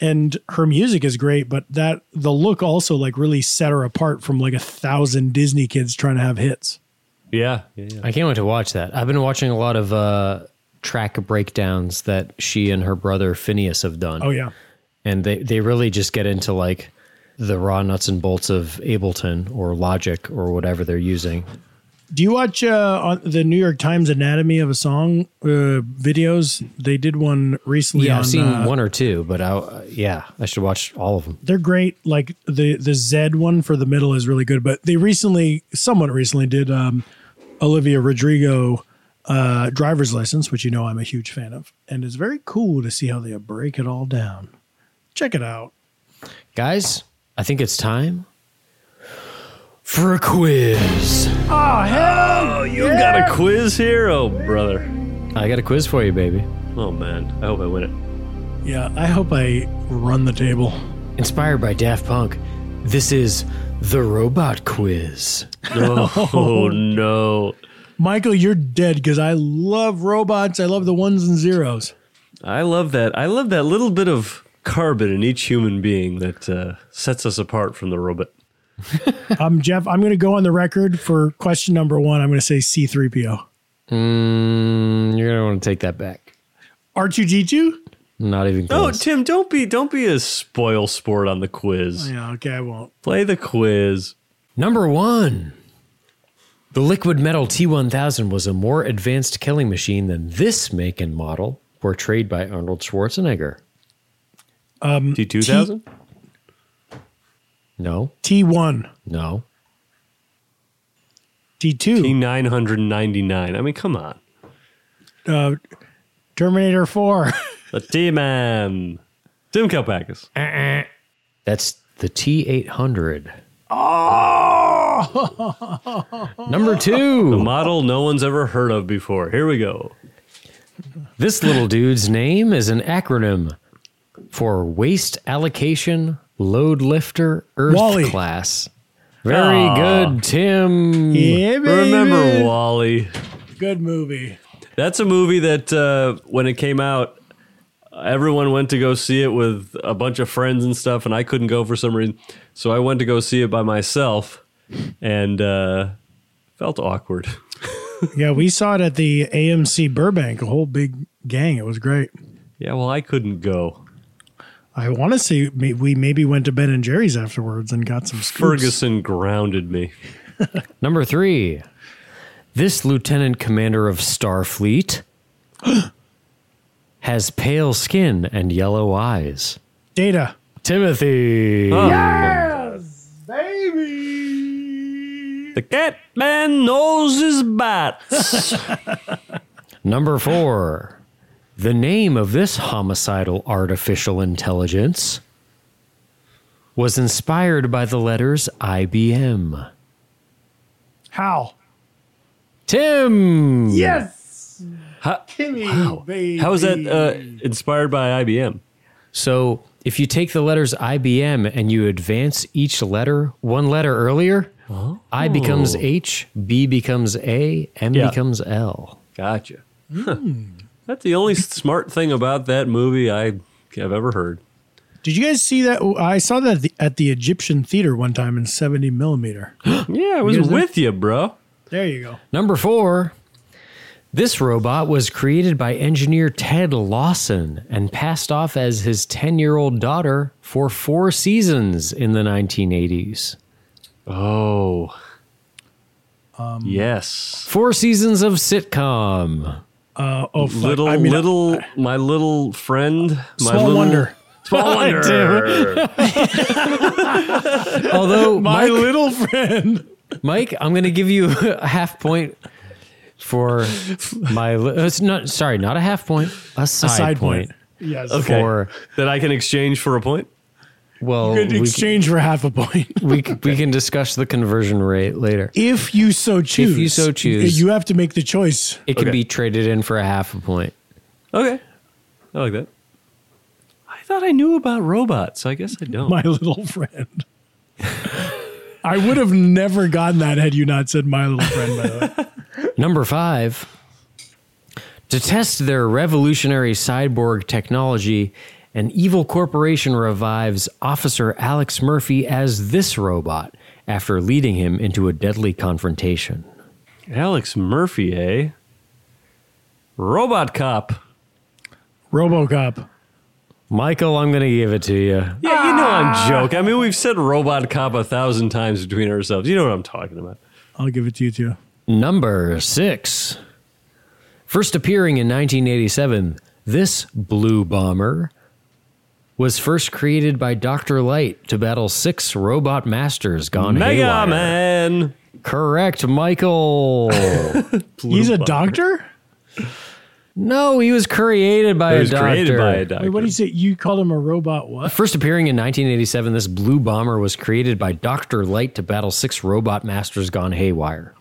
and her music is great, but that the look also like really set her apart from like a thousand Disney kids trying to have hits. Yeah. yeah, yeah. I can't wait to watch that. I've been watching a lot of uh, track breakdowns that she and her brother Phineas have done. Oh yeah, and they they really just get into like the raw nuts and bolts of Ableton or Logic or whatever they're using. do you watch uh, on the New York Times Anatomy of a Song uh, videos? They did one recently. Yeah, on, I've seen uh, one or two, but I uh, yeah, I should watch all of them. they're great. Like the the Z one for the middle is really good, but they recently, somewhat recently, did um, Olivia Rodrigo uh, driver's license, which you know I'm a huge fan of, and it's very cool to see how they break it all down. Check it out. Guys, I think it's time for a quiz. Oh, you got a quiz here? Oh, brother. I got a quiz for you, baby. Oh, man. I hope I win it. Yeah, I hope I run the table. Inspired by Daft Punk, this is the robot quiz. Oh, no. Michael, you're dead because I love robots. I love the ones and zeros. I love that. I love that little bit of carbon in each human being that uh, sets us apart from the robot. Um, Jeff, I'm going to go on the record for question number one. I'm going to say C3PO. Mm, you're gonna want to take that back. R2D2? Not even No, close. Tim, don't be don't be a spoil sport on the quiz. Yeah, okay, I won't. Play the quiz. Number one. The liquid metal T1000 was a more advanced killing machine than this make and model, portrayed by Arnold Schwarzenegger. T two thousand. No, T1, no. T T2, nine hundred ninety nine. I mean, come on. uh, Terminator 4. The T man. Tim Kalpakis. That's the T800. Oh! Number A two. model no one's ever heard of before. Here we go. This little dude's name is an acronym for Waste Allocation Load Lifter Earth Wally. Class. Very good, Tim. Yeah, baby. Remember Wally. Good movie. That's a movie that uh, when it came out, everyone went to go see it with a bunch of friends and stuff, and I couldn't go for some reason. So I went to go see it by myself and uh, felt awkward. Yeah, we saw it at the AMC Burbank, a whole big gang. It was great. Yeah, well, I couldn't go. I want to say may- we maybe went to Ben and Jerry's afterwards and got some scoops. Ferguson grounded me. Number three, this lieutenant commander of Starfleet has pale skin and yellow eyes. Data. Timothy. The cat man knows his bats. Number four, the name of this homicidal artificial intelligence was inspired by the letters IBM. How? Tim. how, Timmy, how is that uh, inspired by IBM? So if you take the letters IBM and you advance each letter one letter earlier, I becomes H, B becomes A, M Yeah. becomes L. Gotcha. Huh. Hmm. That's the only smart thing about that movie I have ever heard. Did you guys see that? I saw that at the, at the Egyptian Theater one time in 70 millimeter. Yeah, I was guys know- with you, bro. There you go. Number four. This robot was created by engineer Ted Lawson and passed off as his 10 year old daughter for four seasons in the 1980s. Oh. Um, yes. Four seasons of sitcom. Uh, oh, fuck. Little, I mean, little, my little friend. My Small little, wonder. Small wonder. Although My Mike, little friend. Mike, I'm going to give you a half point for my. Li- uh, it's not sorry, not a half point, a side, Side point. point. Yes. Okay. For that I can exchange for a point. well, Good we, c- exchange for half a point. we, c- we can discuss the conversion rate later. If you so choose. you so choose. You have to make the choice. It can Okay. be traded in for a half a point. Okay, I like that. I thought I knew about robots. I guess I don't. My little friend. I would have never gotten that had you not said my little friend, by the way. Number five. To test their revolutionary cyborg technology, an evil corporation revives Officer Alex Murphy as this robot after leading him into a deadly confrontation. Alex Murphy, eh? Robot cop. Robocop. Michael, I'm going to give it to you. Yeah, you know I'm joking. I mean, we've said robot cop a thousand times between ourselves. You know what I'm talking about. I'll give it to you too. Number six. First appearing in 1987, this blue bomber was first created by Dr. Light to battle six robot masters gone Mega haywire. Man. Correct, Michael. He's a doctor? no, he was created by It a was doctor. created by a doctor. Wait, what do you say? You called him a robot what? First appearing in 1987, this blue bomber was created by Dr. Light to battle six robot masters gone haywire.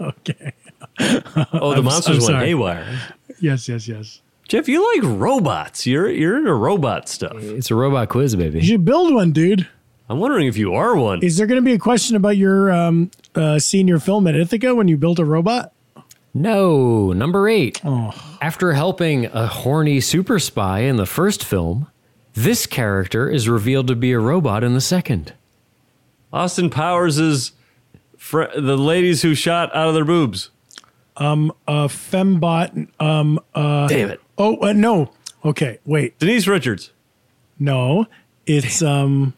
Okay. oh, the I'm s- monsters I'm went sorry. haywire. Yes, yes, yes. Jeff, you like robots. You're you're into robot stuff. It's a robot quiz, baby. You should build one, dude. I'm wondering if you are one. Is there going to be a question about your um, uh, senior film at Ithaca when you built a robot? No, number eight. After helping a horny super spy in the first film, this character is revealed to be a robot in the second. Austin Powers is fr- the ladies who shot out of their boobs. A fembot. Um, uh, Damn it, oh, uh, no. Okay, wait. Denise Richards. No, it's um,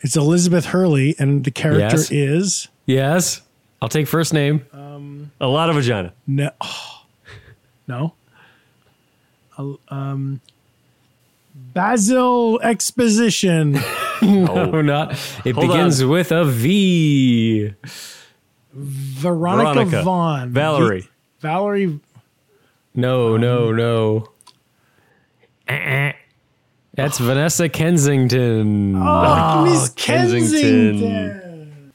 it's Elizabeth Hurley, and the character Yes. is Yes. I'll take first name. A lot of vagina. no, oh. no, El- um, Basil Exposition. No, not. It Oh. Hold begins with a V. Veronica, Veronica. Vaughn. Valerie. V- Valerie. No, no, no. Uh-uh. That's Vanessa Kensington. Oh, Miss Kensington.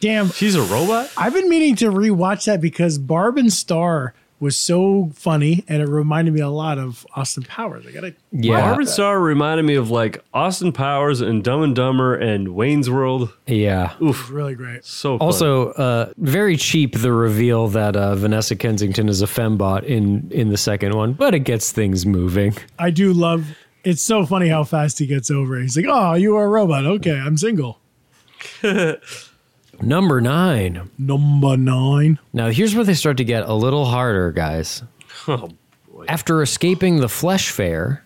Damn, She's a robot. I've been meaning to rewatch that because Barb and Star was so funny, and it reminded me a lot of Austin Powers. I gotta. yeah. Marvin Starr reminded me of like Austin Powers and Dumb and Dumber and Wayne's World. Yeah. It's really great. So funny. Also, uh, very cheap the reveal that uh, Vanessa Kensington is a fembot in in the second one, but it gets things moving. I do love. It's so funny how fast he gets over. it. He's like, "Oh, you are a robot. Okay, I'm single." Number nine. Number nine. Now here's where they start to get a little harder, guys. After escaping the flesh fair,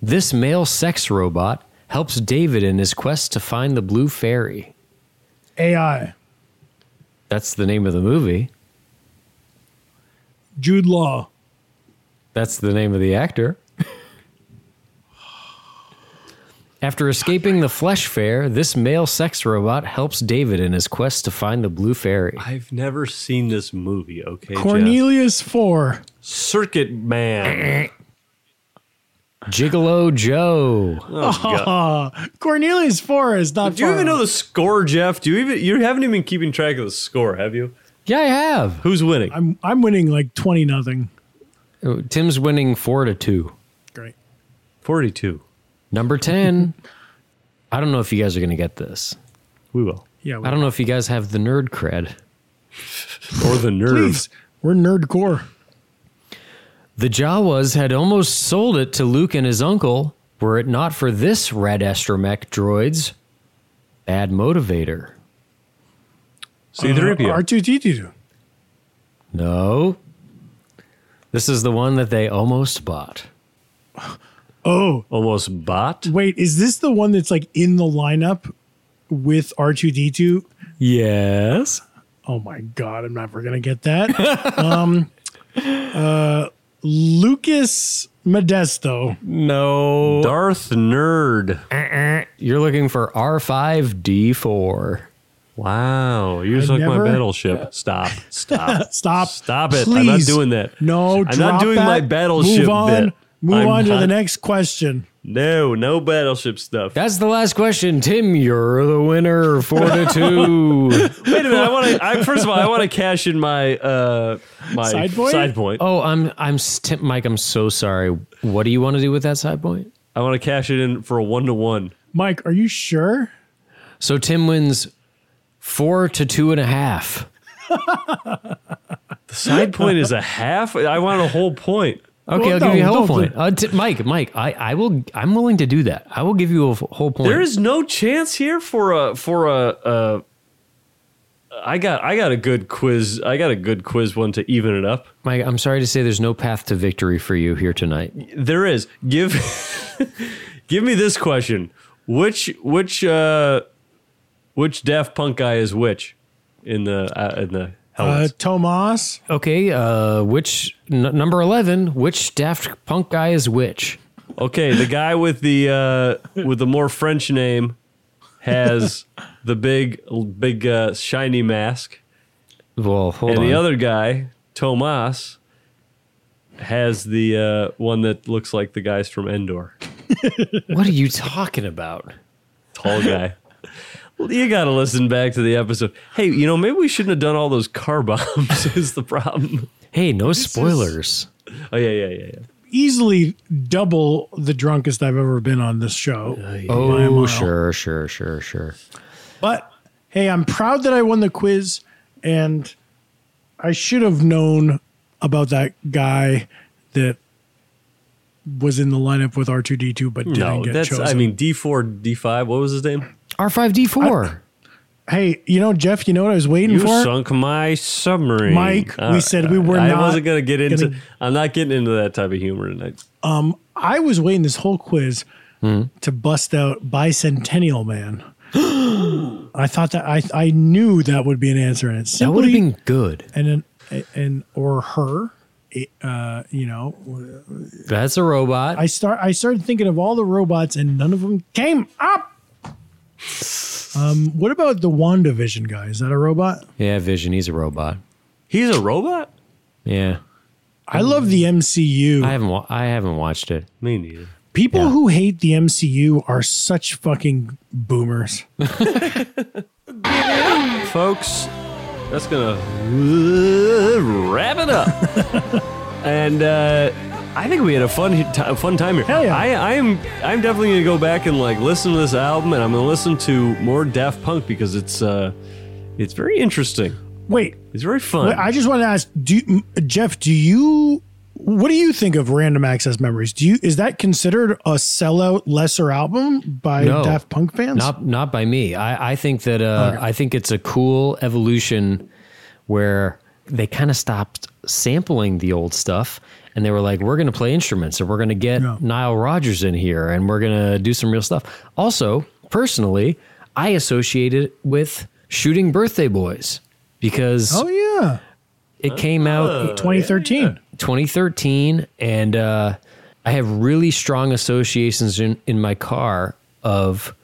this male sex robot helps David in his quest to find the blue fairy. AI. That's the name of the movie. Jude Law. That's the name of the actor. After escaping the flesh fair, this male sex robot helps David in his quest to find the blue fairy. I've never seen this movie. Okay, Jeff. Cornelius Four. Circuit Man. Gigolo Joe. Oh, God. Cornelius Four is not. Do you far even off. know the score, Jeff? Do you even you haven't even been keeping track of the score, have you? Yeah, I have. Who's winning? I'm I'm winning like twenty nothing. Oh, Tim's winning four to two. Great. Forty-two. Number 10. I don't know if you guys are going to get this. We will. Yeah. We, I don't know if you guys have the nerd cred. Or the nerves. Please, we're nerd core. The Jawas had almost sold it to Luke and his uncle were it not for this red astromech droid's bad motivator. See the Uh, R two D two. No. This is the one that they almost bought. Oh, Almost bot. Wait, is this the one that's like in the lineup with R2D2? Yes. Oh my god, I'm never gonna get that. um uh Lucas Modesto. No. Darth Nerd. You're looking for R5D4. Wow, you just I like never- my battleship. Stop. Stop. Stop. Stop it. I'm not Please. doing that. No, I'm drop not doing that. my battleship Move on. bit. Move I'm on to the not- next question. No, no battleship stuff. That's the last question. Tim, you're the winner. Four to two. Wait a minute. I want to. I, first of all, I want to cash in my uh my Side point? Oh, I'm I'm s- Tim, Mike. I'm so sorry. What do you want to do with that side point? I want to cash it in for a one to one. Mike, are you sure? So Tim wins four to two and a half. The side point is a half. I want a whole point. Okay, Well, I'll give you a no, whole no, point. Uh, Ti- Mike, Mike, I, I will. I'm willing to do that. I will give you a f- whole point. There is no chance here for a for a. Uh, I got I got a good quiz. I got a good quiz one to even it up. Mike. I'm sorry to say, there's no path to victory for you here tonight. There is. Give give me this question. Which which uh which Daft Punk guy is which in the uh, in the Uh, helmets? Tomas. Okay, uh, which n- number eleven? Which Daft Punk guy is which? okay, the guy with the uh with the more French name has the big big uh, shiny mask Well, hold and on. the other guy, Tomas has the uh, one that looks like the guys from Endor. what are you talking about? tall guy. You got to listen back to the episode. Hey, you know, maybe we shouldn't have done all those car bombs, is the problem. Hey, no spoilers. Oh, yeah, yeah, yeah, yeah. Easily double the drunkest I've ever been on this show. by a Oh, mile. sure, sure, sure, sure. But hey, I'm proud that I won the quiz, and I should have known about that guy that was in the lineup with R2D2 but didn't No, get that's, chosen. I mean, D4, D5, what was his name? R5D4. hey, you know, Jeff, you know what I was waiting You for? sunk my submarine. Uh, Mike, we said we were I not wasn't going to get into, gonna- I'm not getting into that type of humor tonight. I was waiting this whole quiz Hmm? to bust out Bicentennial Man. I thought that I I knew that would be an answer, and it's that would have simply- been good. and an and or her, eh, uh, you know. That's a robot. I start I started thinking of all the robots, and none of them came up. Um, what about the WandaVision guy? Is that a robot? yeah, Vision. He's a robot. He's a robot? Yeah, I love the MCU. I haven't. Wa- I haven't watched it. Me neither. People Yeah. who hate the MCU are such fucking boomers. folks, that's gonna uh, wrap it up. and uh, I think we had a fun hi- ti- a fun time here. Hell yeah. I, I'm I'm definitely gonna go back and like listen to this album, and I'm gonna listen to more Daft Punk because it's uh, it's very interesting. Wait, It's very fun. wait, I just want to ask, do you- m- Jeff? Do you? What do you think of Random Access Memories? Do you is that considered a sellout lesser album by No. Daft Punk fans? Not not by me. I, I think that uh, I think it's a cool evolution where they kind of stopped sampling the old stuff and they were like, we're going to play instruments and we're going to get Yeah. Nile Rodgers in here and we're going to do some real stuff. Also, personally, I associate it with shooting birthday boys because Oh yeah, it came out 2013. 2013 and uh, i have really strong associations in, in my car of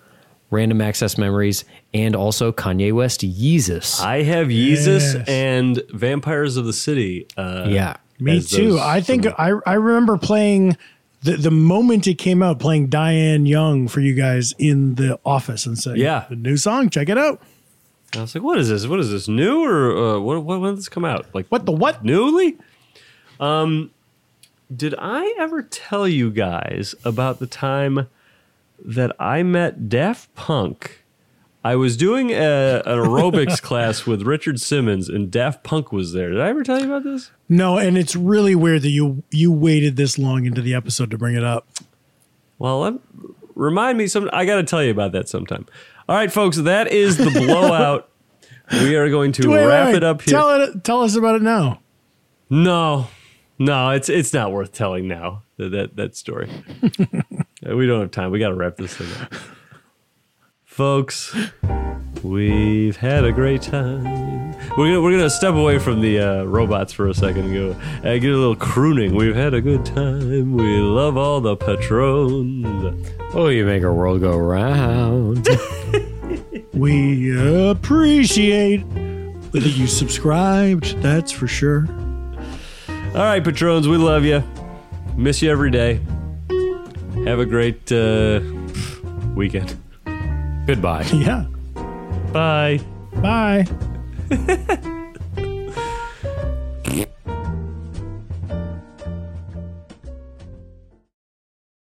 random access memories and also kanye west yeezus I have Yeezus Yes. and Vampires of the City. Uh, yeah Me as too. those I think sort I, I remember playing the, the moment it came out, playing Diane Young for you guys in the office and saying, Yeah. the new song, check it out. I was like, what is this? What is this new or uh, what? What when did this come out? Like What the what? Newly? Um, did I ever tell you guys about the time that I met Daft Punk? I was doing a, an aerobics class with Richard Simmons, and Daft Punk was there. Did I ever tell you about this? No, and it's really weird that you you waited this long into the episode to bring it up. Well, i remind me some. I got to tell you about that sometime. All right, folks, that is the blowout. we are going to Wait, wait, wrap wait. it up here. Tell it. Tell us about it now. No, no, it's it's not worth telling now that that, that story. Uh, we don't have time. We got to wrap this thing up, folks. We've had a great time. We're gonna we're gonna step away from the uh, robots for a second and go uh, get a little crooning. We've had a good time. We love all the patrons. Oh, you make our world go round. We appreciate that you subscribed. That's for sure. All right, patrons, we love you. Miss you every day. Have a great uh, weekend. Goodbye. Yeah. Bye. Bye.